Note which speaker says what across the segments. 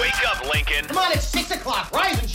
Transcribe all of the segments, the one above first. Speaker 1: Wake up, Lincoln.
Speaker 2: Come on, it's 6 o'clock. Rise and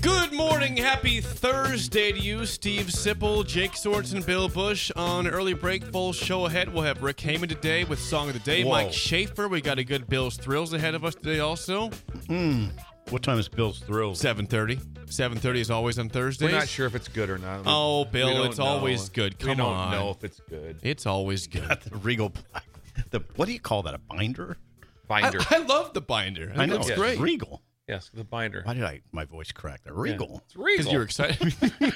Speaker 3: Good morning, happy Thursday to you, Steve Sipple, Jake Sorensen, Bill Bush on early break. Full show ahead. We'll have Rick Heyman today with song of the day.
Speaker 4: Whoa.
Speaker 3: Mike Schaefer. We got a good Bill's Thrills ahead of us today. Also,
Speaker 4: What time is Bill's Thrills?
Speaker 3: 7:30. 7:30 is always on Thursdays.
Speaker 5: We're not sure if it's good or not. We-
Speaker 3: Oh, Bill,
Speaker 5: we don't
Speaker 3: it's always good.
Speaker 5: we
Speaker 3: Come
Speaker 5: don't
Speaker 3: on.
Speaker 5: know if it's good.
Speaker 3: It's always good.
Speaker 4: The Regal, the what do you call that? A binder?
Speaker 3: I,
Speaker 5: Binder.
Speaker 3: I love the binder. It
Speaker 4: I know
Speaker 3: looks
Speaker 4: it's
Speaker 3: great.
Speaker 4: Regal.
Speaker 5: yes, the binder.
Speaker 4: Why did I my voice crack there?
Speaker 5: Yeah.
Speaker 4: Regal.
Speaker 5: It's regal.
Speaker 3: Because you're excited.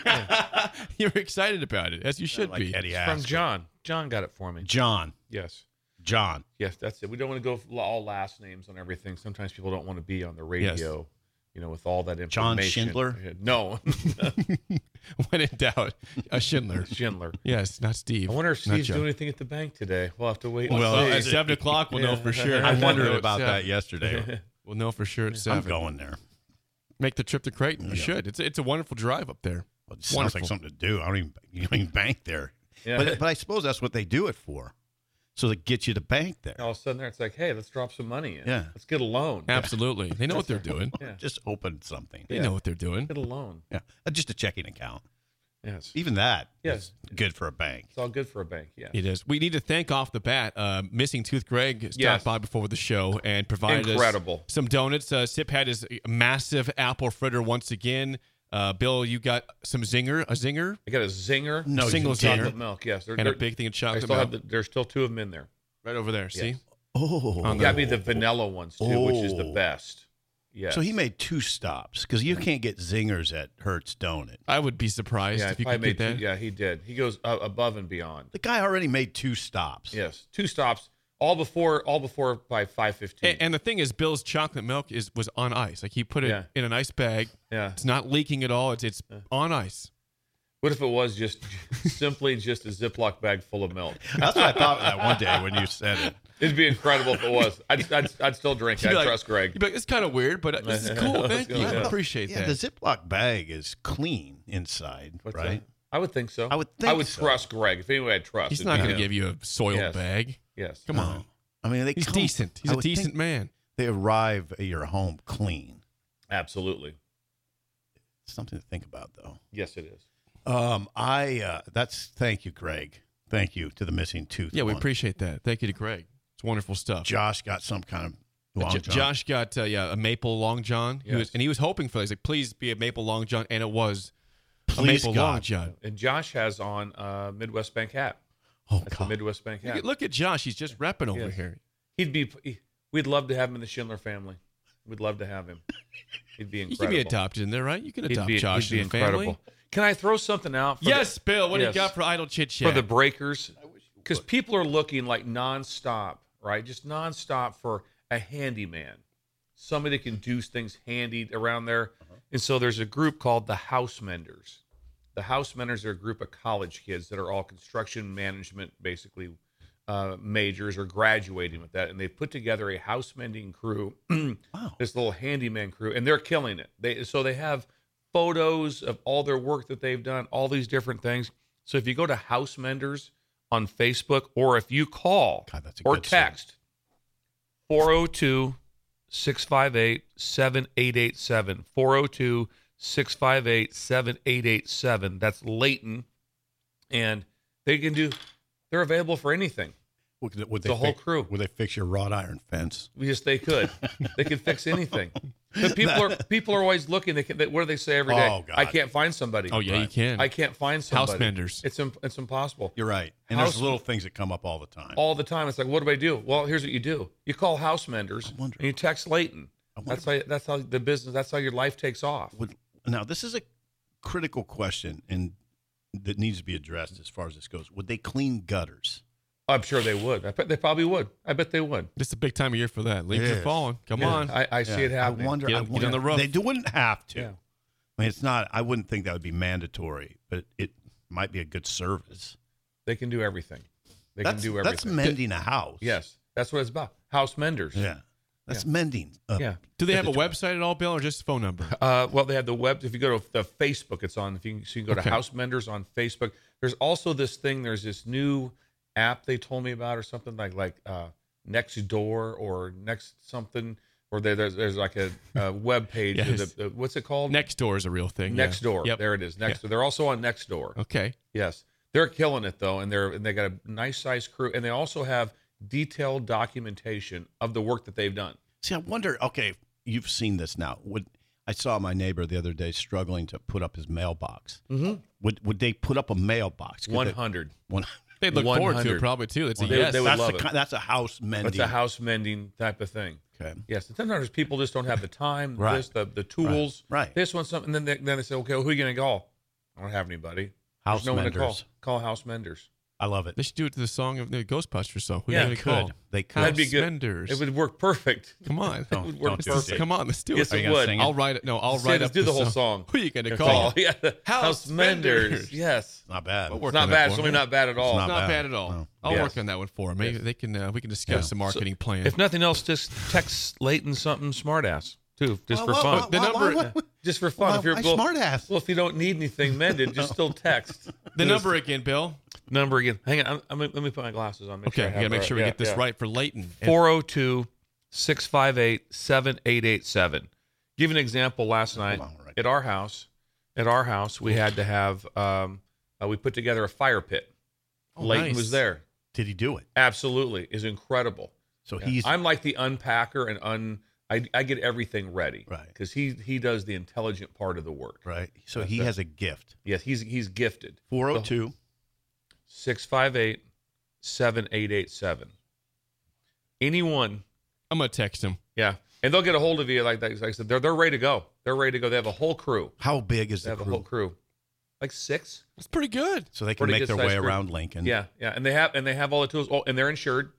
Speaker 3: you're excited about it, as you should
Speaker 4: Like
Speaker 3: be.
Speaker 4: Eddie
Speaker 5: It's from
Speaker 4: Ask.
Speaker 5: John. John got it for me.
Speaker 4: John.
Speaker 5: Yes.
Speaker 4: John.
Speaker 5: Yes, that's it. We don't want to go f- all last names on everything. Sometimes people don't want to be on the radio, you know, with all that
Speaker 4: John
Speaker 5: information.
Speaker 4: Schindler?
Speaker 5: Yeah, No,
Speaker 3: when in doubt, a Schindler.
Speaker 5: Schindler.
Speaker 3: Yes, not Steve.
Speaker 5: I wonder if
Speaker 3: Not
Speaker 5: Steve's
Speaker 3: John.
Speaker 5: doing anything at the bank today. We'll have to wait. and
Speaker 3: Well,
Speaker 5: see.
Speaker 3: at seven o'clock, we'll know for sure.
Speaker 4: I wondered
Speaker 3: We'll know
Speaker 4: about
Speaker 3: at
Speaker 4: that
Speaker 3: seven.
Speaker 4: yesterday.
Speaker 3: We'll know for sure at
Speaker 4: I'm
Speaker 3: 7
Speaker 4: going there.
Speaker 3: Make the trip to Creighton. You should. It's it's a wonderful drive up there.
Speaker 4: Well, it sounds like
Speaker 3: Wonderful.
Speaker 4: something to do. I don't even you don't even bank there.
Speaker 5: Yeah.
Speaker 4: But but I suppose that's what they do it for, so they get you to bank there.
Speaker 5: all of a sudden, there it's like, hey, let's drop some money in.
Speaker 4: Yeah.
Speaker 5: Let's get a loan.
Speaker 3: Absolutely, they know what they're doing.
Speaker 5: Yeah.
Speaker 4: Just open something.
Speaker 3: They
Speaker 5: Yeah.
Speaker 3: know what they're doing.
Speaker 5: Get a loan.
Speaker 4: Yeah, Uh, just a checking account.
Speaker 5: Yes.
Speaker 4: Even that is
Speaker 5: Yes.
Speaker 4: good for a bank.
Speaker 5: It's all good for a bank. Yeah.
Speaker 3: It is. We need to thank off the bat. Uh, missing Tooth Greg stopped
Speaker 5: Yes.
Speaker 3: by before the show and provided us
Speaker 5: Incredible.
Speaker 3: some donuts. Uh, Sip had his massive apple fritter once again. Uh, Bill, you got some zinger, a zinger,
Speaker 5: I got a zinger.
Speaker 4: No, you
Speaker 3: Single
Speaker 4: didn't.
Speaker 5: chocolate milk. Yes. They're,
Speaker 3: and a
Speaker 5: they're-
Speaker 3: big thing of
Speaker 5: I
Speaker 3: chocolate
Speaker 5: still
Speaker 3: milk
Speaker 5: have the, there's still two of them in there.
Speaker 3: right over there. See,
Speaker 4: Oh,
Speaker 3: On
Speaker 5: You got me the vanilla ones too, which is the
Speaker 4: Oh.
Speaker 5: best. Yes.
Speaker 4: So he made two stops because you can't get zingers at Hertz Donut.
Speaker 3: I would be surprised
Speaker 5: Yeah,
Speaker 3: if you
Speaker 5: probably
Speaker 3: could get
Speaker 5: made
Speaker 3: that.
Speaker 5: two- yeah, he did. He goes uh, above and beyond.
Speaker 4: The guy already made two stops.
Speaker 5: Yes, two stops, all before, all before by five fifteen.
Speaker 3: And, and the thing is, Bill's chocolate milk is was on ice. Like he put it
Speaker 5: Yeah.
Speaker 3: in an ice bag.
Speaker 5: yeah.
Speaker 3: It's not leaking at all. It's it's on ice.
Speaker 5: What if it was just simply just a Ziploc bag full of milk?
Speaker 4: That's what I thought of that one day when you said it.
Speaker 5: It'd be incredible if it was. I'd, I'd, I'd still drink. it.
Speaker 3: You'd
Speaker 5: I
Speaker 3: be like-
Speaker 5: trust
Speaker 3: you'd
Speaker 5: Greg.
Speaker 3: be like, it's kind of weird, but this is cool. Thank you.
Speaker 5: Yeah.
Speaker 3: I appreciate
Speaker 4: Yeah,
Speaker 3: that.
Speaker 4: the Ziploc bag is clean inside,
Speaker 5: What's
Speaker 4: right?
Speaker 5: that? I would think so.
Speaker 4: I would
Speaker 5: I
Speaker 4: think
Speaker 5: would
Speaker 4: so.
Speaker 5: trust Greg. If anybody I'd trust,
Speaker 3: He's
Speaker 5: it'd
Speaker 3: not
Speaker 5: be
Speaker 3: going to
Speaker 5: him.
Speaker 3: give you a soiled
Speaker 5: Yes.
Speaker 3: come
Speaker 5: Yes.
Speaker 3: Come on.
Speaker 4: Oh. I mean, they
Speaker 3: He's
Speaker 4: come-
Speaker 3: decent. He's
Speaker 4: I
Speaker 3: a
Speaker 4: would think
Speaker 3: decent man.
Speaker 4: They arrive at your home clean.
Speaker 5: Absolutely.
Speaker 4: Something to think about, though.
Speaker 5: Yes, it is.
Speaker 4: Um, I uh, that's thank you, Greg. Thank you to the missing tooth.
Speaker 3: Yeah, we
Speaker 4: one.
Speaker 3: appreciate that. Thank you to Greg. It's wonderful stuff.
Speaker 4: Josh got some kind of long
Speaker 3: Jo-
Speaker 4: john.
Speaker 3: Josh got uh, yeah a maple long john, he
Speaker 5: Yes.
Speaker 3: was, and he was hoping for. that. He's like, please be a maple long john, and it was a
Speaker 4: Please,
Speaker 3: maple long
Speaker 4: God.
Speaker 3: john.
Speaker 5: And Josh has on uh, Midwest Bank hat.
Speaker 4: Oh
Speaker 5: That's a
Speaker 4: God.
Speaker 5: Midwest Bank
Speaker 3: Look,
Speaker 5: hat.
Speaker 3: at, look at Josh. He's just repping over
Speaker 5: Yes.
Speaker 3: here.
Speaker 5: He'd be. he- We'd love to have him in the Schindler family. We'd love to have him. He'd be
Speaker 3: You
Speaker 5: incredible.
Speaker 3: can be adopted in there, right? You can
Speaker 5: He'd
Speaker 3: adopt
Speaker 5: be-
Speaker 3: Josh
Speaker 5: he'd be
Speaker 3: in the family.
Speaker 5: Can I throw something out? for the-
Speaker 3: Yes, Bill. What
Speaker 5: Yes.
Speaker 3: do you got for idle chit chat?
Speaker 5: for the breakers, because people are looking like nonstop, right? Just nonstop for a handyman, somebody that can do things handy around there. And so there's a group called the House Menders. The House Menders are a group of college kids that are all construction management, basically, uh, majors or graduating with that. And they've put together a house mending crew, this little handyman crew, and they're killing it. They So they have photos of all their work that they've done, all these different things. So if you go to House Menders on Facebook, or if you call
Speaker 4: God, that's a
Speaker 5: or
Speaker 4: good site.
Speaker 5: text 402 658 7887. 402 658 7887. That's Leighton. And they can do, they're available for anything.
Speaker 4: Would they, would
Speaker 5: The whole
Speaker 4: fix-
Speaker 5: crew.
Speaker 4: Would they fix your wrought iron fence?
Speaker 5: We just, they could. they could fix anything. But people are people are always looking. They can, they, what do they say every day?
Speaker 4: Oh, God.
Speaker 5: I can't find somebody.
Speaker 3: Oh yeah, you
Speaker 4: Right.
Speaker 3: can.
Speaker 5: I can't find somebody.
Speaker 3: menders.
Speaker 5: It's, im- it's impossible.
Speaker 4: You're right. And
Speaker 5: House-
Speaker 4: there's little things that come up all the time.
Speaker 5: all the time. It's like, what do I do? Well, here's what you do: you call house menders
Speaker 4: I wonder-
Speaker 5: and you text Layton.
Speaker 4: I wonder-
Speaker 5: That's how that's how the business. That's how your life takes off.
Speaker 4: Would, now, this is a critical question and that needs to be addressed as far as this goes. Would they clean gutters?
Speaker 5: I'm sure they would. I bet they probably would. I bet they would.
Speaker 3: It's a big time of year for that. Leaves are
Speaker 4: Yes.
Speaker 3: falling. Come
Speaker 5: Yeah,
Speaker 3: on.
Speaker 5: I, I see it
Speaker 4: I
Speaker 5: happening.
Speaker 4: wonder.
Speaker 3: Get-
Speaker 4: I
Speaker 3: get
Speaker 4: wonder
Speaker 3: on the roof.
Speaker 4: They do- wouldn't have to.
Speaker 5: Yeah.
Speaker 4: I mean, it's not. I wouldn't think that would be mandatory, but it might be a good service.
Speaker 5: They can do everything. They
Speaker 4: that's,
Speaker 5: can do
Speaker 4: that's
Speaker 5: everything.
Speaker 4: mending a house.
Speaker 5: Yes, that's what it's about. House menders.
Speaker 4: Yeah. That's mending. Uh,
Speaker 5: Yeah.
Speaker 3: Do they have a website at all, Bill, or just a phone number?
Speaker 5: Uh, well, they have the web. If you go to the Facebook, it's on. If you, so you can go
Speaker 3: Okay.
Speaker 5: to House Menders on Facebook. There's also this thing. There's this new app they told me about, or something like like uh, Next Door or Next something. Or there, there's there's like a, a web page. with
Speaker 3: Yes.
Speaker 5: a- a- what's it called?
Speaker 3: Next door is a real thing. yeah.
Speaker 5: Next Door.
Speaker 3: Yep.
Speaker 5: There it is. Next.
Speaker 3: Yeah.
Speaker 5: Door. They're also on Next Door.
Speaker 3: Okay.
Speaker 5: Yes, they're killing it though, and they're and they got a nice sized crew, and they also have detailed documentation of the work that they've done.
Speaker 4: See, I wonder. Okay, you've seen this now. Would I saw my neighbor the other day struggling to put up his mailbox? Mm-hmm. Would Would they put up a mailbox? Could they-
Speaker 5: One hundred.
Speaker 4: One.
Speaker 3: They look forward to it
Speaker 5: 100.
Speaker 3: probably too. It's a
Speaker 5: They-
Speaker 3: yes.
Speaker 5: they would
Speaker 4: That's
Speaker 5: love
Speaker 4: a
Speaker 5: it.
Speaker 4: ki- that's a house mending.
Speaker 5: That's a house mending type of thing.
Speaker 4: Okay.
Speaker 5: Yes, and sometimes people just don't have the time,
Speaker 4: Right.
Speaker 5: this, the the tools,
Speaker 4: Right.
Speaker 5: This one, something. Then they, then they say, okay, well, who are you gonna call? I don't have anybody.
Speaker 4: House
Speaker 5: There's no one to
Speaker 4: menders.
Speaker 5: call. Call house menders.
Speaker 4: I love it.
Speaker 3: They should do it to the song of the Ghostbusters song. Who
Speaker 5: Yeah,
Speaker 3: yeah, they
Speaker 5: could.
Speaker 3: call?
Speaker 4: They could.
Speaker 5: That'd be
Speaker 3: House
Speaker 5: good.
Speaker 3: menders.
Speaker 5: It would work perfect.
Speaker 3: Come on.
Speaker 4: Don't-
Speaker 5: It would work
Speaker 4: don't do it,
Speaker 5: perfect.
Speaker 4: Dave.
Speaker 3: Come on, let's do it.
Speaker 5: Yes,
Speaker 4: Are you
Speaker 5: it
Speaker 4: gonna
Speaker 5: would.
Speaker 4: sing it?
Speaker 3: I'll write it. No, I'll
Speaker 5: Say,
Speaker 3: write
Speaker 5: let's
Speaker 3: up
Speaker 5: do the whole
Speaker 3: song.
Speaker 5: song.
Speaker 3: Who are you gonna
Speaker 5: Yeah,
Speaker 3: call?
Speaker 5: Yeah, house,
Speaker 3: House
Speaker 5: menders.
Speaker 3: Menders.
Speaker 5: Yes,
Speaker 4: Not bad.
Speaker 3: We'll
Speaker 5: it's
Speaker 3: work
Speaker 5: not
Speaker 3: on
Speaker 5: bad.
Speaker 3: that
Speaker 5: It's
Speaker 3: for
Speaker 5: really
Speaker 3: you.
Speaker 5: not bad at all.
Speaker 3: Not
Speaker 4: bad.
Speaker 3: bad. at all.
Speaker 4: No.
Speaker 3: I'll
Speaker 5: Yes.
Speaker 3: work on that one for him. Maybe they can. Uh, we can discuss the marketing plan.
Speaker 5: If nothing else, just text Leighton something smartass too, just for
Speaker 4: Why-
Speaker 5: fun.
Speaker 4: why-
Speaker 3: The
Speaker 4: why-
Speaker 3: number-
Speaker 4: why- why-
Speaker 5: Just for fun.
Speaker 4: Why-
Speaker 5: if you're
Speaker 4: why
Speaker 5: well,
Speaker 4: smartass?
Speaker 5: Well, if you don't need anything mended,
Speaker 3: Oh.
Speaker 5: just still text.
Speaker 3: the number again, Bill.
Speaker 5: number again. Hang on. I'm, I'm, let me put my glasses on. Make
Speaker 3: Okay,
Speaker 5: sure
Speaker 3: we gotta make sure we get this right for Leighton. And
Speaker 5: 402 658 7887. Give an example last night
Speaker 4: on, right.
Speaker 5: at our house. At our house, we had to have, um, uh, we put together a fire pit.
Speaker 3: Oh,
Speaker 5: Leighton
Speaker 3: nice.
Speaker 5: was there.
Speaker 4: Did he do it?
Speaker 5: Absolutely. Is incredible.
Speaker 4: So
Speaker 5: Yeah.
Speaker 4: he's.
Speaker 5: I'm like the unpacker and un. I, I get everything ready,
Speaker 4: Right.
Speaker 5: Because he he does the intelligent part of the work.
Speaker 4: right. So he has a gift.
Speaker 5: Yes, he's he's gifted.
Speaker 4: 402.
Speaker 5: 658 7887. Anyone,
Speaker 3: I'm gonna text him.
Speaker 5: yeah. And they'll get a hold of you like that. Like I said, they're, they're ready to go. They're ready to go. They have a whole crew.
Speaker 4: How big is
Speaker 5: They
Speaker 4: the
Speaker 5: have
Speaker 4: crew?
Speaker 5: a whole crew. Like six?
Speaker 3: That's pretty good.
Speaker 4: So they can
Speaker 5: Pretty
Speaker 4: make their
Speaker 5: good-sized
Speaker 4: way
Speaker 5: crew.
Speaker 4: around Lincoln.
Speaker 5: Yeah, yeah. And they have and they have all the tools. Oh, and they're insured.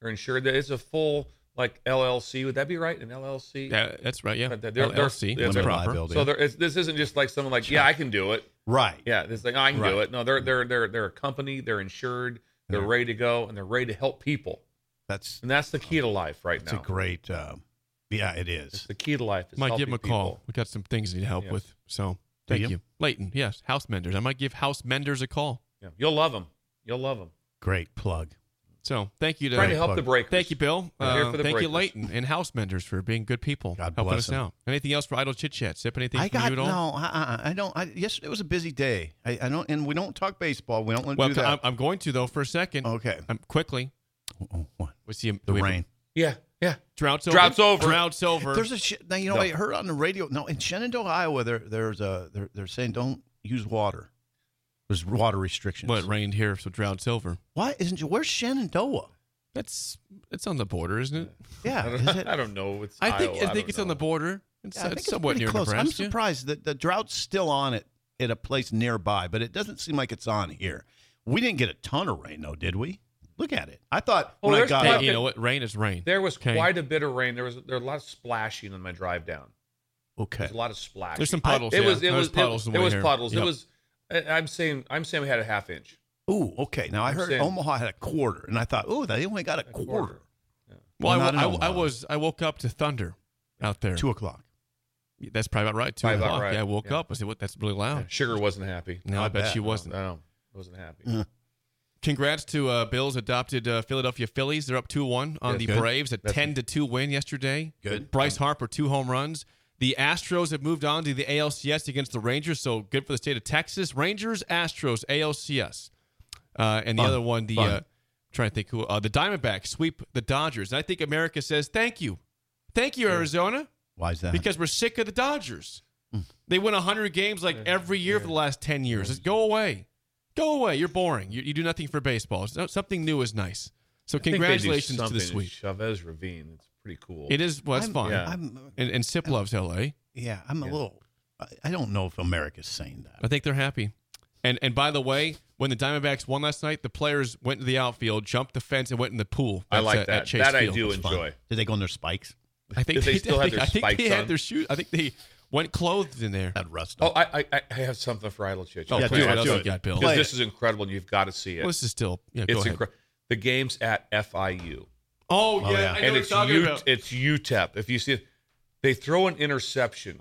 Speaker 5: They're insured. It's a full like LLC. Would that be right? An LLC?
Speaker 3: Yeah, that's right. Yeah,
Speaker 5: But they're- they're-
Speaker 3: LLC.
Speaker 5: they're-
Speaker 3: That's
Speaker 5: they're-
Speaker 3: proper.
Speaker 4: liability.
Speaker 5: So there is, this isn't just like someone like, yeah, I can do it.
Speaker 4: Right.
Speaker 5: Yeah, this like "Oh, I can do
Speaker 4: Right.
Speaker 5: it. No, they're they're they're they're a company. They're insured. They're
Speaker 4: Yeah.
Speaker 5: ready to go, and they're ready to help people.
Speaker 4: That's
Speaker 5: And that's the key to life right
Speaker 4: It's
Speaker 5: now.
Speaker 4: a great. Um, yeah, it
Speaker 5: It's
Speaker 4: is.
Speaker 5: the key to life. Is
Speaker 3: Might give him a
Speaker 5: helping
Speaker 3: call.
Speaker 5: people.
Speaker 3: We got some things we need help
Speaker 5: Yes.
Speaker 3: with. So
Speaker 4: Do
Speaker 3: thank
Speaker 4: you?
Speaker 3: you. Leighton. Yes, House Menders. I might give House Menders a call.
Speaker 5: Yeah. You'll love them. You'll love them.
Speaker 4: Great plug.
Speaker 3: So thank you to
Speaker 5: Trying to help
Speaker 4: plug.
Speaker 5: the breakers.
Speaker 3: Thank you, Bill.
Speaker 5: We're here
Speaker 3: Uh,
Speaker 5: for the
Speaker 3: thank you,
Speaker 5: breakers.
Speaker 3: Leighton, and House Menders for being good people,
Speaker 4: God
Speaker 3: helping
Speaker 4: bless
Speaker 3: us
Speaker 4: them.
Speaker 3: out. Anything else for Idle Chit Chat? Sip anything
Speaker 4: I
Speaker 3: from
Speaker 4: got
Speaker 3: you at
Speaker 4: no.
Speaker 3: all?
Speaker 4: I, I I don't. I, yesterday was a busy day. I, I don't. And we don't talk baseball. We don't want to
Speaker 3: Well,
Speaker 4: do that.
Speaker 3: I'm, I'm going to though for a second.
Speaker 4: okay.
Speaker 3: Um, quickly.
Speaker 4: Oh, what?
Speaker 3: We see him-
Speaker 4: The
Speaker 3: we have a-
Speaker 4: rain.
Speaker 5: Yeah, yeah.
Speaker 3: Drought's over.
Speaker 5: Drought's over.
Speaker 3: Drought's over.
Speaker 4: There's a sh- now. You know,
Speaker 5: No.
Speaker 4: I heard on the radio. No, in Shenandoah, Iowa, there there's a they're they're saying don't use water. There's water restrictions.
Speaker 3: well, it rained here, so drought's over.
Speaker 4: Why isn't you? Where's Shenandoah?
Speaker 3: That's it's on the border, isn't it?
Speaker 4: Yeah.
Speaker 5: I
Speaker 4: is
Speaker 5: don't,
Speaker 4: it-
Speaker 5: I don't know. It's
Speaker 3: I think
Speaker 5: Iowa.
Speaker 3: I think
Speaker 5: don't
Speaker 3: it's on
Speaker 5: know.
Speaker 3: the border. It's,
Speaker 4: yeah, I think
Speaker 3: it's somewhat
Speaker 4: pretty
Speaker 3: near
Speaker 4: close.
Speaker 3: Nebraska.
Speaker 4: I'm surprised that the drought's still on it at a place nearby, but it doesn't seem like it's on here. We didn't get a ton of rain though, did we? Look at it. I thought
Speaker 5: Well,
Speaker 4: when I
Speaker 5: there's
Speaker 4: got
Speaker 3: Hey,
Speaker 4: up,
Speaker 5: Well,
Speaker 3: you
Speaker 5: okay.
Speaker 3: know what? Rain is rain.
Speaker 5: There was
Speaker 3: Okay.
Speaker 5: quite a bit of rain. There was there was a lot of splashing on my drive down.
Speaker 4: Okay.
Speaker 5: There's a lot of splash.
Speaker 3: There's some
Speaker 5: I-
Speaker 3: puddles,
Speaker 5: it
Speaker 3: yeah.
Speaker 5: was it
Speaker 3: There's
Speaker 5: was
Speaker 3: puddles
Speaker 5: It,
Speaker 3: on the
Speaker 5: it
Speaker 3: way
Speaker 5: was
Speaker 3: here.
Speaker 5: puddles.
Speaker 3: Yep.
Speaker 5: It was. I- I'm saying I'm saying we had a half inch.
Speaker 4: Ooh, okay. Now I
Speaker 5: I'm
Speaker 4: heard
Speaker 5: saying-
Speaker 4: Omaha had a quarter, and I thought, oh, they only got a, quarter.
Speaker 5: quarter.
Speaker 3: Well, I,
Speaker 4: Well, not
Speaker 3: I,
Speaker 4: in
Speaker 3: I
Speaker 4: Omaha.
Speaker 3: was I woke up to thunder out there.
Speaker 4: Two o'clock.
Speaker 3: That's probably about right. Two
Speaker 5: Probably about
Speaker 3: o'clock.
Speaker 5: right.
Speaker 3: Yeah, I woke
Speaker 5: Yeah.
Speaker 3: up. I said, "What? That's really loud."
Speaker 5: Sugar wasn't happy.
Speaker 3: No, I,
Speaker 4: I
Speaker 3: bet
Speaker 4: bet.
Speaker 3: she
Speaker 4: No,
Speaker 3: Oh. wasn't.
Speaker 5: No, wasn't happy.
Speaker 4: Mm.
Speaker 3: Congrats to uh, Bills adopted uh, Philadelphia Phillies. They're up two one on
Speaker 5: Yes,
Speaker 3: the
Speaker 5: good.
Speaker 3: Braves. A
Speaker 5: That's-
Speaker 3: ten to two win yesterday.
Speaker 4: Good.
Speaker 3: Bryce Harper two home runs. The Astros have moved on to the ALCS against the Rangers. So good for the state of Texas. Rangers, Astros, ALCS, uh, and the
Speaker 4: Fun.
Speaker 3: other one, the
Speaker 4: Fun.
Speaker 3: uh, trying to think who uh, the Diamondbacks sweep the Dodgers. And I think America says thank you, thank you Arizona
Speaker 4: Why is that?
Speaker 5: Uh-huh.
Speaker 3: because we're sick of the Dodgers.
Speaker 5: Mm.
Speaker 3: They win 100 games like every year for the last 10 years. Just go away. Go away. You're boring. You, you do nothing for baseball. So- Something new is nice. So
Speaker 5: I think they do
Speaker 3: congratulations to the
Speaker 5: something in
Speaker 3: sweep.
Speaker 5: Chavez Ravine. It's pretty cool.
Speaker 3: It is well, it's
Speaker 4: I'm-
Speaker 3: fun.
Speaker 5: Yeah.
Speaker 4: I'm,
Speaker 3: And, and Sip loves LA.
Speaker 4: yeah, I'm a little. I, I don't know if America's saying that.
Speaker 3: I think they're happy. And and by the way, when the Diamondbacks won last night, the players went to the outfield, jumped the fence, and went in the pool.
Speaker 5: I
Speaker 3: That's
Speaker 5: like
Speaker 3: at-
Speaker 5: that.
Speaker 3: At Chase
Speaker 5: That I
Speaker 3: Field.
Speaker 5: do
Speaker 3: It's fun.
Speaker 5: enjoy.
Speaker 4: Did they go on their spikes?
Speaker 3: I think
Speaker 5: Did they still
Speaker 3: I
Speaker 5: have
Speaker 3: think-
Speaker 5: their
Speaker 3: I think
Speaker 5: spikes
Speaker 3: they
Speaker 5: on?
Speaker 3: had their shoes. I think they went clothed in there.
Speaker 4: That rust.
Speaker 5: Oh, I, I I have something for Idle Chit.
Speaker 3: Oh,
Speaker 4: Yeah,
Speaker 3: please,
Speaker 4: do
Speaker 3: what
Speaker 4: it,
Speaker 3: else
Speaker 4: do
Speaker 3: you
Speaker 4: it.
Speaker 3: got, Bill?
Speaker 4: Play
Speaker 5: Because this is incredible, and you've got to see it.
Speaker 3: Well, this is still yeah. go
Speaker 5: it's
Speaker 3: ahead.
Speaker 5: incredible. The game's at FIU,
Speaker 3: Oh yeah,
Speaker 4: yeah.
Speaker 3: I know
Speaker 5: and
Speaker 3: what
Speaker 5: it's
Speaker 3: you're talking
Speaker 5: U-
Speaker 3: about.
Speaker 5: it's UTEP. If you see it, they throw an interception.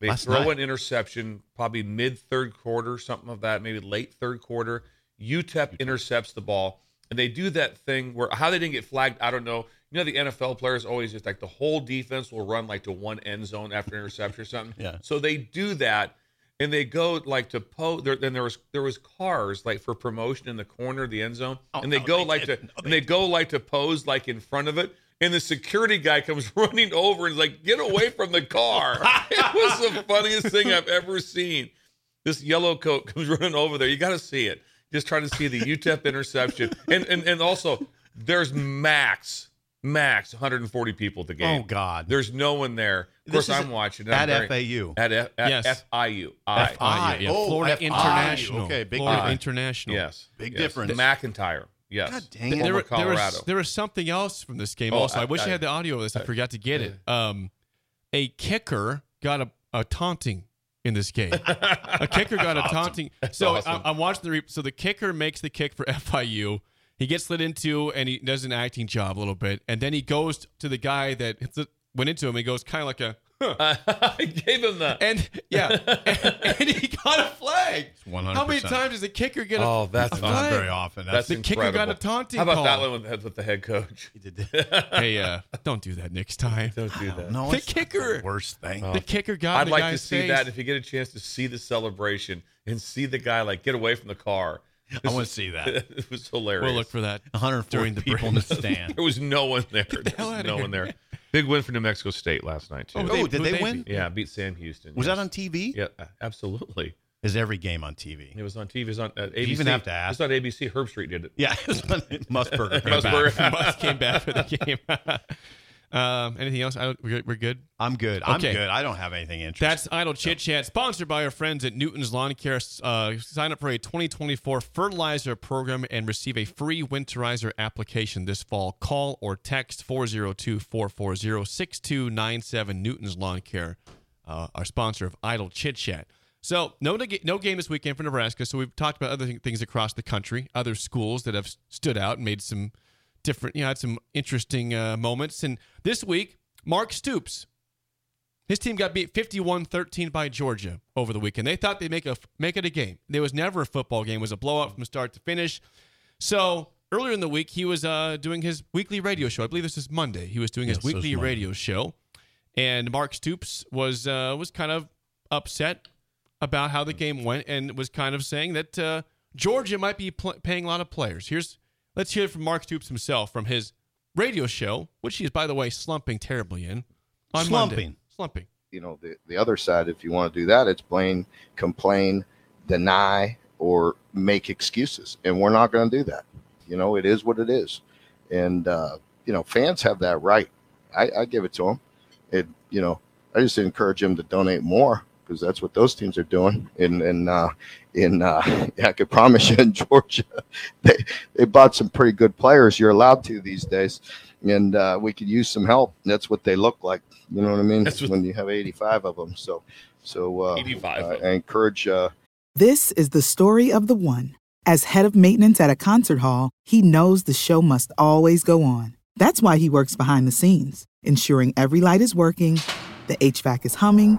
Speaker 5: They
Speaker 4: Last
Speaker 5: throw
Speaker 4: night.
Speaker 5: an interception, probably mid third quarter, something of that, maybe late third quarter. UTEP,
Speaker 3: E
Speaker 5: intercepts the ball, and they do that thing where how they didn't get flagged, I don't know. You know, the NFL players always just like the whole defense will run like to one end zone after interception or something.
Speaker 4: Yeah.
Speaker 5: So they do that, and they go like to po. There, then there was there was cars like for promotion in the corner of the end zone,
Speaker 4: Oh,
Speaker 5: and they
Speaker 4: no,
Speaker 5: go
Speaker 4: they
Speaker 5: like to
Speaker 4: didn't. No,
Speaker 5: and they go like to pose like in front of it. And the security guy comes running over and is like, "Get away from the car!" it was the funniest thing I've ever seen. This yellow coat comes running over there. You got to see it. Just trying to see the UTEP interception, and and and also there's max max 140 people at the game.
Speaker 4: Oh, God.
Speaker 5: there's no one there. Of
Speaker 4: This
Speaker 5: course,
Speaker 4: is
Speaker 5: I'm watching and
Speaker 4: at
Speaker 5: I'm very-
Speaker 4: FAU.
Speaker 5: At, F, at
Speaker 3: Yes.
Speaker 5: FIU. I.
Speaker 4: F I-
Speaker 3: Ah, yeah, yeah.
Speaker 4: Oh,
Speaker 3: Florida
Speaker 4: F I.
Speaker 3: International.
Speaker 4: Okay, big
Speaker 3: Florida
Speaker 4: difference.
Speaker 3: International.
Speaker 5: Yes.
Speaker 4: Big
Speaker 5: Yes.
Speaker 4: difference.
Speaker 5: McIntyre. Yes.
Speaker 4: God dang it.
Speaker 3: Th- There, were-
Speaker 5: Former
Speaker 3: there was-
Speaker 5: Colorado.
Speaker 3: there was something else from this game
Speaker 5: Oh,
Speaker 3: also. I,
Speaker 5: I-
Speaker 3: wish I,
Speaker 5: I-
Speaker 3: had the audio of this. I, forgot to get it. Um, a kicker got a, a taunting in this game. a kicker got a taunting. So
Speaker 5: awesome.
Speaker 3: I, I'm watching the re- so the kicker makes the kick for FIU. He gets slid into and he does an acting job a little bit, and then he goes to the guy that hit the- went into him. He goes kind of like a. Huh.
Speaker 5: I gave him the.
Speaker 3: And yeah, and, and he got a flag.
Speaker 4: 100%.
Speaker 3: How many times does a kicker get a?
Speaker 5: Oh, that's
Speaker 3: a
Speaker 5: not
Speaker 3: flag?
Speaker 4: Not very often.
Speaker 5: That's
Speaker 4: That's,
Speaker 3: The kicker
Speaker 5: incredible.
Speaker 3: got a taunting
Speaker 5: How about
Speaker 3: call.
Speaker 5: that one with, the- with the head coach?
Speaker 3: Hey, uh, don't do that next time.
Speaker 5: Don't do that.
Speaker 4: no,
Speaker 3: The
Speaker 4: it's not
Speaker 3: kicker.
Speaker 4: worst thing.
Speaker 3: The kicker got.
Speaker 5: Oh, I'd
Speaker 3: the
Speaker 5: like to
Speaker 3: guy's
Speaker 5: see
Speaker 3: face.
Speaker 5: that if you get a chance to see the celebration and see the guy like get away from the car.
Speaker 4: I want to see that.
Speaker 5: it was hilarious.
Speaker 3: We'll look for that.
Speaker 4: 140
Speaker 3: During the
Speaker 4: people in the
Speaker 3: break.
Speaker 4: stand.
Speaker 5: There was no one there. There
Speaker 3: hell
Speaker 5: was
Speaker 3: outta
Speaker 5: no
Speaker 3: here.
Speaker 5: one there. Big win for New Mexico State last night too.
Speaker 3: Oh,
Speaker 4: Oh, did
Speaker 3: who
Speaker 4: they
Speaker 3: they
Speaker 4: win?
Speaker 5: yeah, beat Sam Houston.
Speaker 4: Was
Speaker 5: yes.
Speaker 4: that on TV?
Speaker 5: Yeah, absolutely.
Speaker 4: Is every game on TV?
Speaker 5: It was on TV. It was on uh, ABC.
Speaker 4: even have to ask?
Speaker 5: It's on ABC. Herb Street did it.
Speaker 4: Yeah, it was on Musburger. came back.
Speaker 5: Musburger.
Speaker 3: Musk came back for the game. um, anything else? I don't, we're, good- we're good.
Speaker 4: I'm good. I'm
Speaker 3: Okay.
Speaker 4: good. I don't have anything interesting.
Speaker 3: That's Idle Chit Chat, sponsored by our friends at Newton's Lawn Care. Uh, sign up for a 2024 fertilizer program and receive a free winterizer application this fall. Call or text 402 440 6297 Newton's Lawn Care, uh, our sponsor of Idle Chit Chat. So, no, neg- no game this weekend for Nebraska. So, we've talked about other th- things across the country, other schools that have s- stood out and made some different, you know, had some interesting uh, moments. And this week, Mark Stoops his team got beat 51-13 by Georgia over the weekend. They thought they'd make a make it a game. There was never a football game. It was a blowout from start to finish. So earlier in the week, he was uh, doing his weekly radio show. I believe this is Monday. He was doing
Speaker 4: Yes,
Speaker 3: his
Speaker 4: this is
Speaker 3: weekly
Speaker 4: Monday.
Speaker 3: radio show, and Mark Stoops was uh, was kind of upset about how the game went and was kind of saying that uh, Georgia might be pl- paying a lot of players. Here's let's hear it from Mark Stoops himself from his radio show, which he is by the way slumping terribly in. On Monday.
Speaker 4: Slumping.
Speaker 3: slumping.
Speaker 6: you know the, the other side if you want to do that it's blame complain deny or make excuses and we're not going to do that you know it is what it is and uh, you know fans have that right i, I give it to them it you know i just encourage them to donate more because that's what those teams are doing and and uh in uh i could promise you in georgia they they bought some pretty good players you're allowed to these days and uh, we could use some help. That's what they look like. You know what I mean?
Speaker 5: That's what-
Speaker 6: when you have 85 of them. So, so uh,
Speaker 5: 85
Speaker 6: I,
Speaker 5: of
Speaker 6: I encourage. Uh,
Speaker 7: This is the story of the one. As head of maintenance at a concert hall, he knows the show must always go on. That's why he works behind the scenes, ensuring every light is working, the HVAC is humming,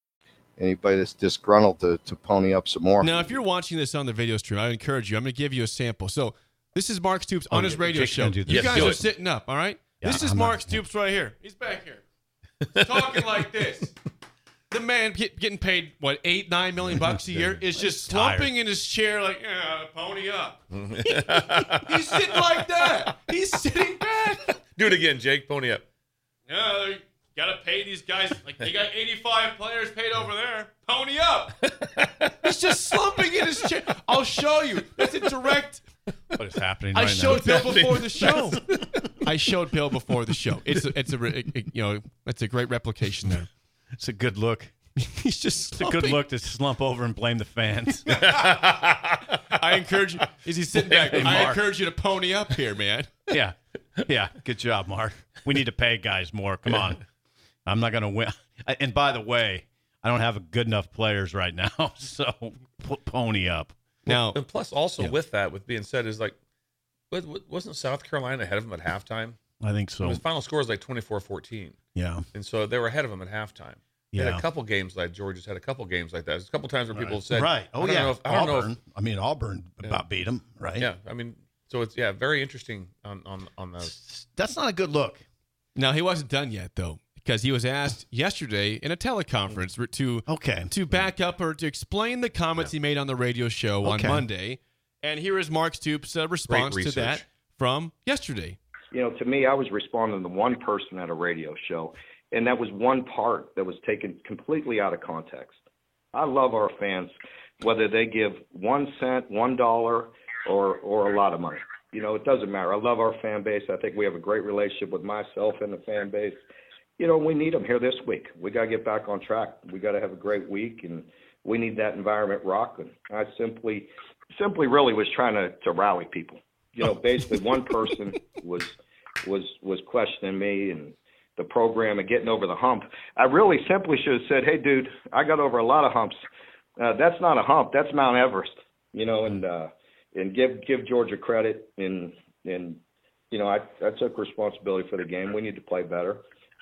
Speaker 6: anybody that's disgruntled to, to pony up some more.
Speaker 3: Now, if you're watching this on the video stream, I encourage you. I'm going to give you a sample. So this is Mark Stoops
Speaker 4: Oh,
Speaker 3: on his
Speaker 4: yeah,
Speaker 3: radio
Speaker 4: Jake's
Speaker 3: show.
Speaker 4: gonna do this.
Speaker 3: You
Speaker 5: Yes,
Speaker 3: guys
Speaker 5: do
Speaker 3: are
Speaker 5: it.
Speaker 3: sitting up, all right?
Speaker 4: Yeah,
Speaker 3: this is
Speaker 4: I'm
Speaker 3: Mark
Speaker 4: not-
Speaker 3: Stoops right here. He's back here. He's talking like this. The man get, getting paid what eight nine million bucks a year is just
Speaker 4: tired.
Speaker 3: slumping in his chair like yeah, pony up. He's sitting like that. He's sitting back.
Speaker 5: Do it again, Jake. Pony up.
Speaker 3: Yeah, they gotta pay these guys. Like they got 85 players paid over there. Pony up. He's just slumping in his chair. I'll show you. That's a direct.
Speaker 4: What is happening?
Speaker 3: I
Speaker 4: right
Speaker 3: showed
Speaker 4: now?
Speaker 3: Bill before the show. I showed Bill before the show. It's a, it's a re- you know it's a great replication there.
Speaker 4: It's a good look.
Speaker 3: He's just
Speaker 4: It's a good
Speaker 3: slumping.
Speaker 4: look to slump over and blame the fans.
Speaker 3: I encourage you. Is he sitting back?
Speaker 4: Hey,
Speaker 3: I
Speaker 4: Mark.
Speaker 3: encourage you to pony up here, man.
Speaker 4: yeah, yeah. Good job, Mark. We need to pay guys more. Come on. I'm not going to win. I- And by the way, I don't have good enough players right now, so p- pony up.
Speaker 3: Now
Speaker 5: And plus, also with that, with being said, is like, wa- wa- wasn't South Carolina ahead of them at halftime?
Speaker 4: I think
Speaker 5: So,
Speaker 4: so.
Speaker 5: his final score was like 24-14.
Speaker 4: Yeah.
Speaker 5: And so they were ahead of them at halftime. They had
Speaker 4: Yeah.
Speaker 5: a couple games like Georgia's had a couple games like that. There's a couple times where people have said,
Speaker 4: right. Oh
Speaker 5: I don't
Speaker 4: yeah.
Speaker 5: know if, I don't know if-
Speaker 4: Auburn. I mean, Auburn about beat them, right?
Speaker 5: yeah, I mean, so it's yeah, very interesting on on on those.
Speaker 4: That's not a good look.
Speaker 3: now he wasn't done yet though because he was asked yesterday in a teleconference to
Speaker 4: Okay.
Speaker 3: to back up or to explain the comments he made on the radio show
Speaker 4: Okay.
Speaker 3: on Monday. And here is Mark Stoops' uh, response to
Speaker 5: research.
Speaker 3: that from yesterday.
Speaker 8: you know, to me, I was responding to one person at a radio show, and that was one part that was taken completely out of context. I love our fans, whether they give one cent, one dollar, or or a lot of money. You know, it doesn't matter. I love our fan base. I think we have a great relationship with myself and the fan base. You know, we need them here this week. We got to get back on track. We got to have a great week, and we need that environment rocking. I simply, simply, really was trying to to rally people you know, basically one person was was was questioning me and the program and getting over the hump. I really simply should have said, "Hey, dude, I got over a lot of humps. Uh, that's not a hump. That's Mount Everest." You know, and uh, and give give Georgia credit and and you know, I I took responsibility for the game. We need to play better,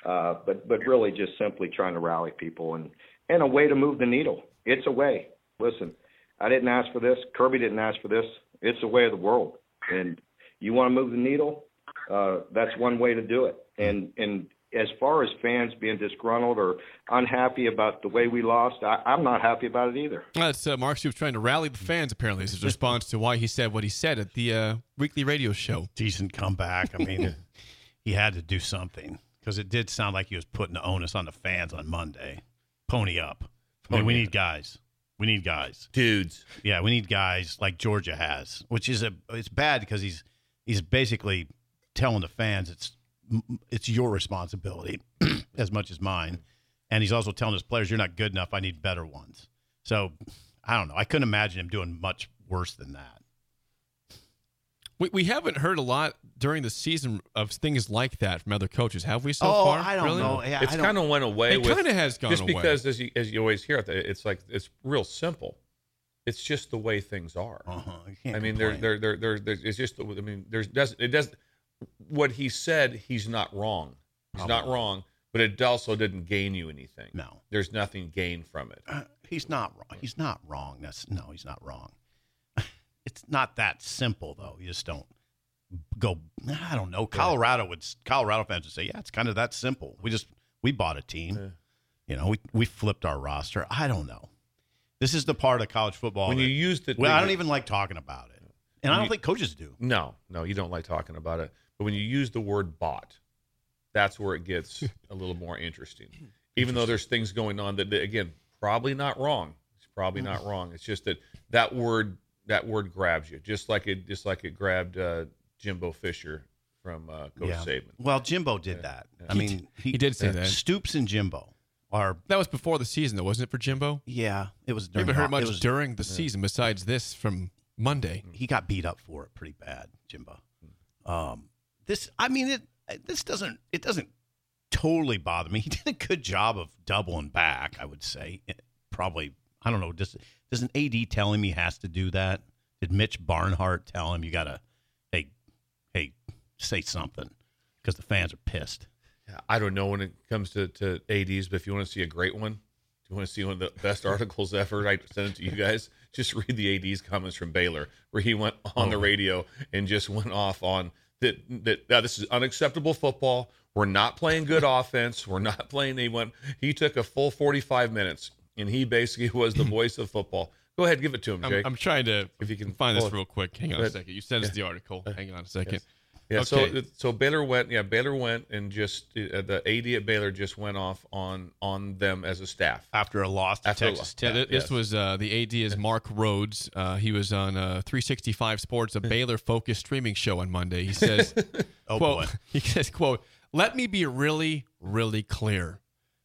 Speaker 8: uh, but but really just simply trying to rally people and and a way to move the needle. It's a way. Listen, I didn't ask for this. Kirby didn't ask for this. It's a way of the world, and you want to move the needle. Uh, that's one way to do it. And and as far as fans being disgruntled or unhappy about the way we lost, I, I'm not happy about it either.
Speaker 3: That's uh, Mark Stoops trying to rally the fans, apparently, as his response to why he said what he said at the uh, weekly radio show.
Speaker 4: Decent comeback. I mean, he had to do something because it did sound like he was putting the onus on the fans on Monday. Pony up. I mean, we need guys. We need guys.
Speaker 5: Dudes.
Speaker 4: Yeah, we need guys like Georgia has, which is a it's bad because he's he's basically telling the fans it's it's your responsibility as much as mine, and he's also telling his players you're not good enough. I need better ones. So I don't know. I couldn't imagine him doing much worse than that.
Speaker 3: We, we haven't heard a lot during the season of things like that from other coaches, have we so
Speaker 4: oh,
Speaker 3: far?
Speaker 4: I don't
Speaker 3: Really?
Speaker 4: know. Yeah,
Speaker 5: it's
Speaker 4: I don't-
Speaker 5: kind of went away.
Speaker 3: It
Speaker 5: with-
Speaker 3: kinda has gone
Speaker 5: just
Speaker 3: away.
Speaker 5: because as you, as you always hear it, it's like it's real simple. It's just the way things are.
Speaker 4: Uh-huh. You can't
Speaker 5: I mean, there,
Speaker 4: complain.
Speaker 5: there, there, there, there's it's just. I mean, there's doesn't it doesn't what he said. He's not wrong. He's not
Speaker 4: Probably.
Speaker 5: wrong, but it also didn't gain you anything.
Speaker 4: No.
Speaker 5: there's nothing gained from it.
Speaker 4: Uh, he's not wrong. He's not wrong. That's no, he's not wrong. It's not that simple though. You just don't go. I don't know. Colorado would. Colorado fans would say, yeah, it's kind of that simple. We just we bought a team. You know, we we flipped our roster. I don't know. This is the part of college football.
Speaker 5: When
Speaker 4: that-
Speaker 5: you use the
Speaker 4: well, I don't
Speaker 5: the-
Speaker 4: even like talking about it, and I don't
Speaker 5: You-
Speaker 4: think coaches do.
Speaker 5: No, no, you don't like talking about it. But when you use the word bought, that's where it gets a little more interesting. Even though there's things going on that, that, again, probably not wrong. It's probably not wrong. It's just that that word that word grabs you, just like it just like it grabbed uh, Jimbo Fisher from uh, Coach Saban.
Speaker 4: Well, Jimbo did that. I
Speaker 3: He
Speaker 4: mean, uh,
Speaker 3: d- he did say that.
Speaker 4: Stoops and Jimbo are
Speaker 3: That was before the season, though, wasn't it for Jimbo?
Speaker 4: yeah. It was
Speaker 3: We
Speaker 4: during
Speaker 3: haven't heard
Speaker 4: the-
Speaker 3: much
Speaker 4: it was-
Speaker 3: during the season besides this from Monday.
Speaker 4: he got beat up for it pretty bad, Jimbo. Um, this, I mean, it this doesn't it doesn't totally bother me. He did a good job of doubling back. I would say It- probably I don't know. Does does an AD tell him he has to do that? Did Mitch Barnhart tell him you gotta hey hey say something because the fans are pissed?
Speaker 5: I don't know when it comes to, to ads, but if you want to see a great one, if you want to see one of the best articles ever, I sent it to you guys. Just read the ads comments from Baylor, where he went on
Speaker 3: Oh.
Speaker 5: the radio and just went off on that that "Now, this is unacceptable football. We're not playing good offense. We're not playing. They went. He took a full forty five minutes, and he basically was the voice of football. Go ahead, give it to him,
Speaker 3: I'm,
Speaker 5: Jake.
Speaker 3: I'm trying to
Speaker 5: If you can
Speaker 3: find
Speaker 5: pull
Speaker 3: this
Speaker 5: it.
Speaker 3: real quick. Hang on
Speaker 5: Go
Speaker 3: a
Speaker 5: ahead. Uh,
Speaker 3: second. You sent us the article. Hang on a second.
Speaker 5: Yeah.
Speaker 3: Okay.
Speaker 5: So so Baylor went. Yeah, Baylor went and just uh, the AD at Baylor just went off on on them as a staff.
Speaker 4: After a loss to
Speaker 5: After a
Speaker 4: Texas
Speaker 5: loss.
Speaker 3: Yeah,
Speaker 4: Tech,
Speaker 3: th- this
Speaker 5: yes.
Speaker 3: was uh, the AD is Mark Rhodes. Uh, he was on uh, 365 Sports, a Baylor focused streaming show on Monday. He says,
Speaker 4: Oh, boy.
Speaker 3: quote, he says, quote, let me be really, really clear.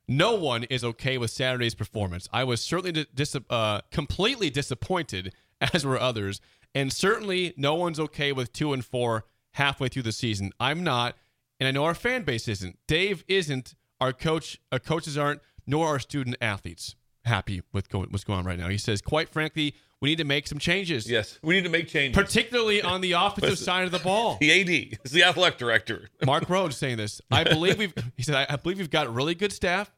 Speaker 3: No one is okay with Saturday's performance. I was certainly di- dis- uh, completely disappointed, as were others, and certainly no one's okay with two and four halfway through the season. I'm not, and I know our fan base isn't. Dave isn't. Our coach, our coaches aren't, nor our student athletes happy with go- what's going on right now. He says, quite frankly, we need to make some changes,
Speaker 5: Yes, we need to make changes.
Speaker 3: particularly on the offensive side of the ball.
Speaker 5: the AD is the athletic director.
Speaker 3: Mark Rhodes saying this. I believe we've he said I, I believe we've got really good staff.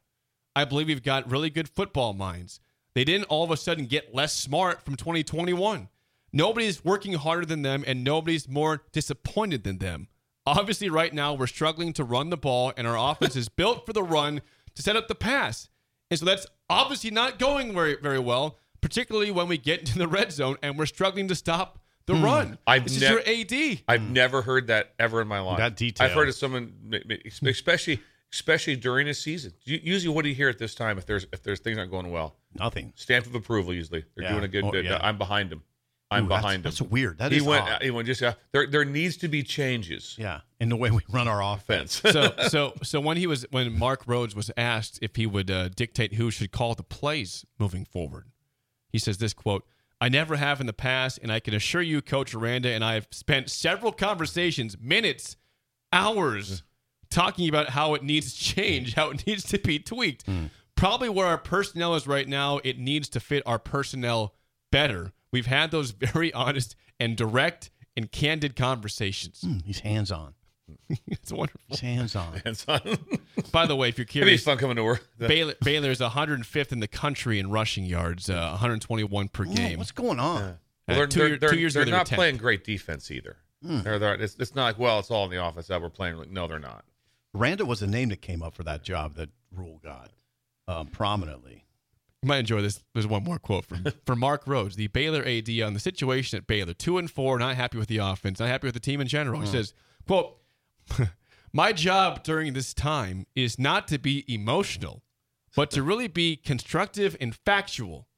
Speaker 3: I believe we've got really good football minds. They didn't all of a sudden get less smart from 2021. Nobody's working harder than them and nobody's more disappointed than them. Obviously right now we're struggling to run the ball and our offense is built for the run to set up the pass. And so that's obviously not going very very well, particularly when we get into the red zone and we're struggling to stop the run.
Speaker 5: I've
Speaker 3: this
Speaker 5: nev-
Speaker 3: is your AD.
Speaker 5: I've never heard that ever in my life.
Speaker 4: Hmm. That detail.
Speaker 5: I've heard of someone, especially especially during a season. You- Usually, what do you hear at this time if there's if there's things aren't going well?
Speaker 4: nothing.
Speaker 5: Stamp of approval. Usually, they're
Speaker 4: Yeah.
Speaker 5: doing a good.
Speaker 4: Oh,
Speaker 5: bit.
Speaker 4: yeah.
Speaker 5: I'm behind them. I'm
Speaker 4: Ooh, that's-
Speaker 5: behind them.
Speaker 4: that's weird. That
Speaker 5: he
Speaker 4: is
Speaker 5: went.
Speaker 4: odd.
Speaker 5: He went just. Uh, there there needs to be changes.
Speaker 4: Yeah, in the way we run our offense.
Speaker 5: Offense.
Speaker 3: so so so when he was when Mark Rhodes was asked if he would uh, dictate who should call the plays moving forward, he says this quote: "I never have in the past, and I can assure you, Coach Aranda and I have spent several conversations, minutes, hours, talking about how it needs to change, how it needs to be tweaked. Probably where our personnel is right now, it needs to fit our personnel better. We've had those very honest and direct." And candid conversations.
Speaker 4: hmm, He's hands on.
Speaker 3: It's wonderful.
Speaker 4: He's hands on.
Speaker 5: Hands on. It'd
Speaker 3: By the way, if you're
Speaker 5: be
Speaker 3: curious,
Speaker 5: fun coming to work.
Speaker 4: uh,
Speaker 3: Baylor, Baylor is 105th in the country in rushing yards, uh, 121 per game.
Speaker 4: Hmm, What's going on?
Speaker 3: Uh,
Speaker 5: Well, they're,
Speaker 3: two
Speaker 5: they're,
Speaker 3: year-
Speaker 5: they're,
Speaker 3: two years
Speaker 5: they're
Speaker 3: ago, they were
Speaker 5: not
Speaker 3: 10th.
Speaker 5: playing great defense either.
Speaker 4: Hmm.
Speaker 5: They're, they're, it's, it's not like well, it's all in the offense that we're playing. No, they're not.
Speaker 4: Randa was the name that came up for that job that Rule got um, prominently.
Speaker 3: You might enjoy this. There's one more quote from from Mark Rhodes, the Baylor AD on the situation at Baylor. Two and four, not happy with the offense, not happy with the team in general.
Speaker 4: Hmm.
Speaker 3: He says, "Quote: My job during this time is not to be emotional, but to really be constructive and factual.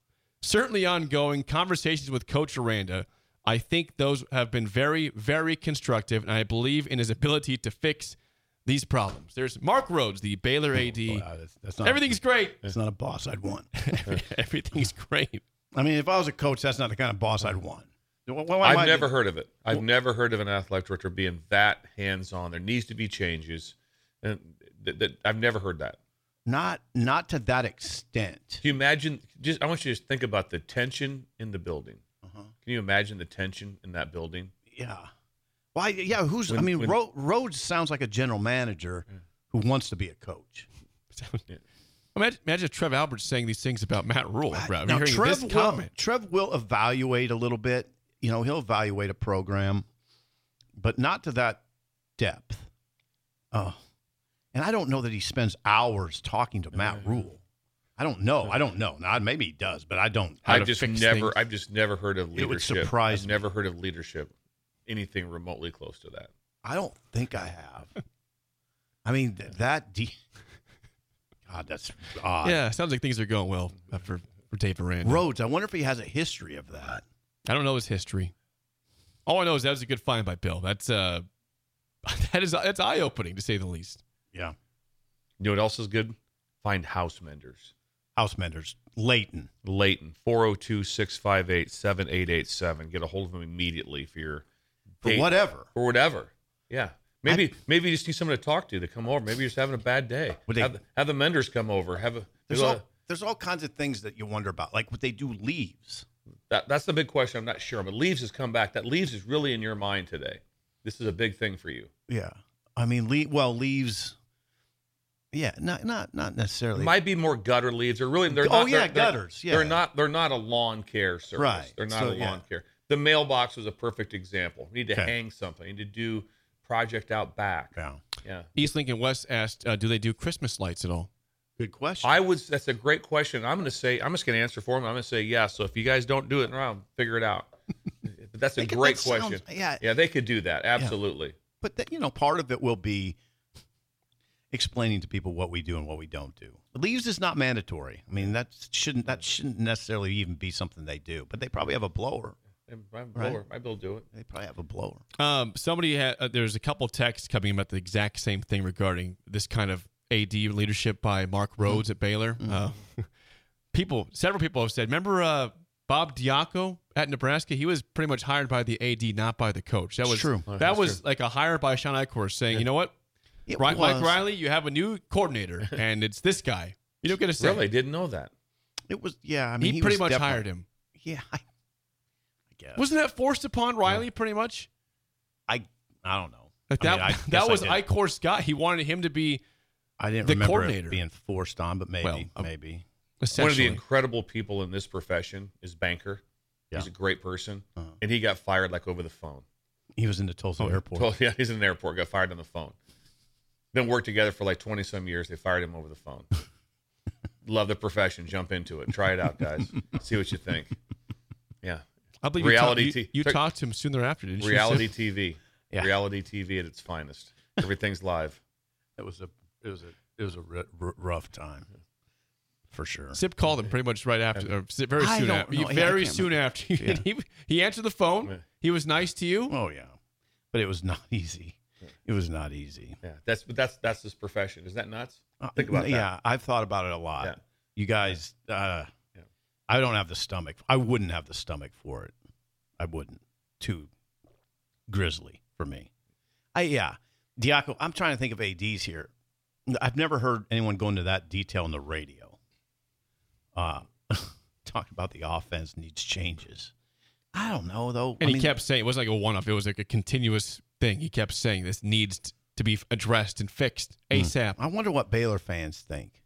Speaker 3: Certainly, ongoing conversations with Coach Aranda." I think those have been very, very constructive, and I believe in his ability to fix these problems. There's Mark Rhodes, the Baylor AD.
Speaker 4: Wow, that's, that's not
Speaker 3: Everything's great.
Speaker 4: It's not a boss I'd want.
Speaker 3: Everything's great.
Speaker 4: I mean, if I was a coach, that's not the kind of boss I'd want. Well, well, I
Speaker 5: I've
Speaker 4: might-
Speaker 5: never heard of it. I've never heard of an athletic director being that hands on. There needs to be changes, and th- th- I've never heard that.
Speaker 4: Not not to that extent.
Speaker 5: Can you imagine? Just I want you to just think about the tension in the building.
Speaker 4: Uh-huh.
Speaker 5: Can you imagine the tension in that building?
Speaker 4: Yeah. Why? Yeah. Who's? I
Speaker 5: When-
Speaker 4: mean,
Speaker 5: when-
Speaker 4: Ro- Rhodes sounds like a general manager who wants to be a coach.
Speaker 3: Imagine, imagine if Trev Alberts saying these things about Matt Rule. Bro.
Speaker 4: now,
Speaker 3: You're hearing
Speaker 4: Trev
Speaker 3: this
Speaker 4: will,
Speaker 3: comment.
Speaker 4: Trev will evaluate a little bit. You know, he'll evaluate a program. but not to that depth. Oh, and I don't know that he spends hours talking to Matt Rule. I don't know. I don't know. Now, maybe he does, but I don't.
Speaker 3: How
Speaker 5: I
Speaker 3: to
Speaker 5: just
Speaker 3: fix
Speaker 5: never,
Speaker 3: things.
Speaker 5: I've just never heard of
Speaker 4: It
Speaker 5: leadership.
Speaker 4: would surprise
Speaker 5: I've
Speaker 4: me.
Speaker 5: never heard of leadership, anything remotely close to that.
Speaker 4: I don't think I have. I mean, th- that. De- God, that's odd.
Speaker 3: yeah, sounds like things are going well uh, for, for Dave Aranda.
Speaker 4: Rhodes. I wonder if he has a history of that.
Speaker 3: I don't know his history. All I know is that was a good find by Bill. That's uh, that is that's eye opening to say the least.
Speaker 4: Yeah.
Speaker 5: You know what else is good? Find house menders.
Speaker 4: House menders. Leighton.
Speaker 5: Leighton, 402 658 7887. Get a hold of them immediately for your
Speaker 4: For
Speaker 5: date-
Speaker 4: whatever.
Speaker 5: For whatever. Yeah. Maybe maybe you just need someone to talk to to come over. Maybe you're just having a bad day.
Speaker 4: Would they-
Speaker 5: have, the- have the menders come over. Have a,
Speaker 4: There's
Speaker 5: do a-
Speaker 4: all, there's all kinds of things that you wonder about, like what they do leaves.
Speaker 5: that, that's the big question. I'm not sure, but leaves has come back. That leaves is really in your mind today. This is a big thing for you.
Speaker 4: Yeah. I mean, le- well, leaves. Yeah, not not not necessarily.
Speaker 5: Might be more gutter leaves. They're really they're
Speaker 4: Oh,
Speaker 5: not,
Speaker 4: yeah,
Speaker 5: they're- they're-
Speaker 4: gutters, yeah.
Speaker 5: they're not they're not a lawn care service.
Speaker 4: Right,
Speaker 5: They're not
Speaker 4: so,
Speaker 5: a lawn
Speaker 4: yeah.
Speaker 5: care. The mailbox was a perfect example. We need to
Speaker 4: Okay.
Speaker 5: hang something. We need to do project out back.
Speaker 4: yeah.
Speaker 5: Yeah.
Speaker 3: East Lincoln West asked, uh, "Do they do Christmas lights at all?"
Speaker 4: Good question.
Speaker 5: I would. That's a great question. I'm going to say. I'm just going to answer for him. I'm going to say yes. So if you guys don't do it, I'll figure it out. But that's a
Speaker 4: They could-
Speaker 5: great
Speaker 4: that sounds-
Speaker 5: question.
Speaker 4: yeah.
Speaker 5: Yeah, they could do that. Absolutely.
Speaker 4: but that, you know, part of it will be explaining to people what we do and what we don't do. Leaves is not mandatory. I mean, that shouldn't that shouldn't necessarily even be something they do. But they probably have a blower.
Speaker 5: My blower, my bill do it.
Speaker 4: They probably have a blower.
Speaker 3: Um, somebody had uh, there's a couple texts coming about the exact same thing regarding this kind of AD leadership by Mark
Speaker 4: Mm-hmm.
Speaker 3: Rhodes at Baylor. Uh, people, several people have said, "Remember uh, Bob Diaco at Nebraska? He was pretty much hired by the AD, not by the coach." That
Speaker 4: It's
Speaker 3: was
Speaker 4: true.
Speaker 3: That was like a hire by Sean Eichhorst saying, "You know what,
Speaker 4: It
Speaker 3: right, Mike
Speaker 4: was-
Speaker 3: Riley, you have a new coordinator, and it's this guy. You don't get a say."
Speaker 5: Really didn't know that.
Speaker 4: It was. Yeah. I mean,
Speaker 3: he pretty
Speaker 4: was
Speaker 3: much
Speaker 4: definitely-
Speaker 3: hired him.
Speaker 4: Yeah. I, I guess.
Speaker 3: Wasn't that forced upon Riley? Pretty much.
Speaker 4: I? I don't know.
Speaker 3: Like
Speaker 4: I
Speaker 3: that.
Speaker 4: mean, I guess
Speaker 3: that was
Speaker 4: I, didn't-
Speaker 3: Eichhorst guy. He wanted him to be
Speaker 4: I didn't
Speaker 3: the
Speaker 4: remember
Speaker 3: coordinator.
Speaker 4: it being forced on, but maybe,
Speaker 3: Well, uh,
Speaker 4: maybe.
Speaker 5: One of the
Speaker 3: essentially.
Speaker 5: incredible people in this profession is Banker.
Speaker 4: Yeah.
Speaker 5: He's a great person,
Speaker 4: Uh-huh.
Speaker 5: and he got fired like over the phone.
Speaker 4: He was in the Tulsa
Speaker 3: oh,
Speaker 4: airport.
Speaker 5: Well, yeah, he's in an airport. Got fired on the phone. Then worked together for like twenty some years. They fired him over the phone. Love the profession. Jump into it. Try it out, guys. See what you think. Yeah.
Speaker 3: I believe
Speaker 5: Reality
Speaker 3: You, talked-
Speaker 5: T-
Speaker 3: you, you
Speaker 5: Tec-
Speaker 3: talked to him soon thereafter, didn't you?
Speaker 5: reality
Speaker 3: Seth?
Speaker 5: TV.
Speaker 4: Yeah.
Speaker 5: Reality TV at its finest. Everything's live.
Speaker 4: It was a it was a it was a r- r- rough time, for sure.
Speaker 3: Sip called him pretty much right after, or si- very
Speaker 4: I
Speaker 3: soon
Speaker 4: don't
Speaker 3: after.
Speaker 4: know. Yeah, I
Speaker 3: very
Speaker 4: can't
Speaker 3: soon
Speaker 4: remember.
Speaker 3: after, you- he he answered the phone.
Speaker 5: Yeah.
Speaker 3: He was nice to you.
Speaker 4: Oh yeah, but it was not easy. It was not easy.
Speaker 5: Yeah. That's but that's that's this profession. Is that nuts?
Speaker 4: Uh,
Speaker 5: Think about that.
Speaker 4: Yeah, I've thought about it a lot.
Speaker 5: Yeah.
Speaker 4: You guys, uh,
Speaker 5: Yeah.
Speaker 4: I don't have the stomach. I wouldn't have the stomach for it. I wouldn't. Too grisly for me. I yeah, Diaco. I'm trying to think of ads here. I've never heard anyone go into that detail on the radio. Uh, talking about the offense needs changes. I don't know though.
Speaker 3: And
Speaker 4: I
Speaker 3: he
Speaker 4: mean,
Speaker 3: kept saying it wasn't like a one-off. It was like a continuous thing. He kept saying this needs t- to be addressed and fixed ASAP.
Speaker 4: Hmm. I wonder what Baylor fans think.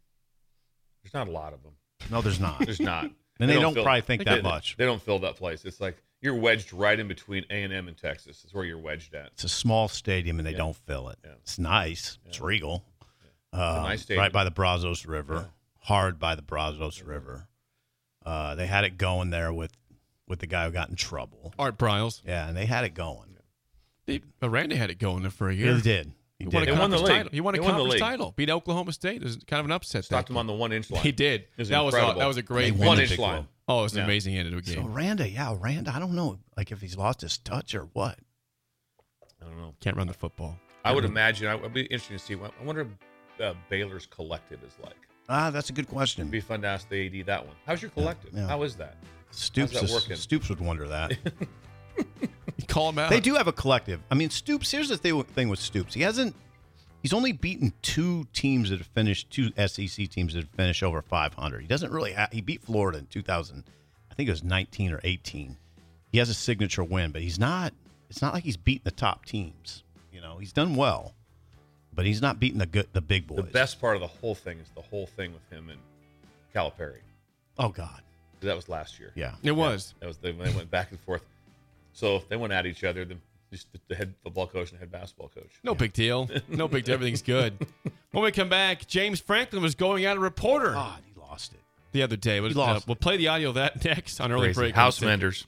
Speaker 5: There's not a lot of them.
Speaker 4: No, there's not.
Speaker 5: There's not. and
Speaker 4: And they don't probably think that
Speaker 5: they,
Speaker 4: much.
Speaker 5: They don't fill that place. It's like you're wedged right in between A and M and Texas. That's where you're wedged at.
Speaker 4: It's a small stadium and they
Speaker 5: Yeah.
Speaker 4: don't fill it.
Speaker 5: Yeah.
Speaker 4: It's nice. It's regal. Um,
Speaker 5: nice stadium.
Speaker 4: right by the Brazos River. Hard by the Brazos River. Uh, they had it going there with with the guy who got in trouble.
Speaker 3: Art Briles,
Speaker 4: Yeah, and they had it going.
Speaker 3: they, Aranda had it going there for a year.
Speaker 4: He did. He
Speaker 3: He
Speaker 4: did.
Speaker 3: won a
Speaker 5: They won the
Speaker 3: conference
Speaker 5: league.
Speaker 3: title. He won a
Speaker 5: They won the
Speaker 3: conference
Speaker 5: league.
Speaker 3: title. Beat Oklahoma State. It was kind of an upset.
Speaker 5: Stopped
Speaker 3: that
Speaker 5: him on the one inch line.
Speaker 3: He did.
Speaker 5: It was
Speaker 3: that was a,
Speaker 5: incredible.
Speaker 3: that was a great
Speaker 4: They
Speaker 3: one.
Speaker 5: one
Speaker 4: won the
Speaker 5: inch
Speaker 4: big
Speaker 5: line.
Speaker 4: one.
Speaker 3: Oh, it was an
Speaker 5: Yeah.
Speaker 3: amazing end of a
Speaker 4: so
Speaker 3: game.
Speaker 4: Randa, yeah, Randa. I don't know, like if he's lost his touch or what.
Speaker 5: I don't know.
Speaker 3: Can't run the football.
Speaker 5: I
Speaker 4: Mm-hmm.
Speaker 5: would imagine. I would be interested to see. what- I wonder what uh, Baylor's collective is like.
Speaker 4: Ah, that's a good question.
Speaker 5: It'd be fun to ask the AD that one. How's your collective?
Speaker 4: yeah.
Speaker 5: How is that?
Speaker 4: Stoops,
Speaker 5: How's that
Speaker 4: is-
Speaker 5: working?
Speaker 4: Stoops would wonder that.
Speaker 3: You call him out.
Speaker 4: They do have a collective. I mean, Stoops. Here's the thi- thing with Stoops. He hasn't. He's only beaten two teams that have finished two SEC teams that have finished over 500. He doesn't really. Ha- he beat Florida in 2000. I think it was 19 or 18. He has a signature win, but he's not. It's not like he's beaten the top teams. You know, he's done well, but he's not beating the good, the big boys.
Speaker 5: The best part of the whole thing is the whole thing with him and Calipari.
Speaker 4: Oh God.
Speaker 5: That was last year.
Speaker 4: Yeah.
Speaker 3: It was.
Speaker 5: That was they, they went back and forth. So if they went at each other, then Just the, the head football coach and head basketball coach.
Speaker 3: No big deal. No big deal. Everything's good. When we come back, James Franklin was going at a reporter
Speaker 4: God, he lost it.
Speaker 3: the other day. We'll,
Speaker 4: Ah. He lost.
Speaker 3: uh, we'll play the audio of that next on early
Speaker 5: Crazy.
Speaker 3: break.
Speaker 5: House menders.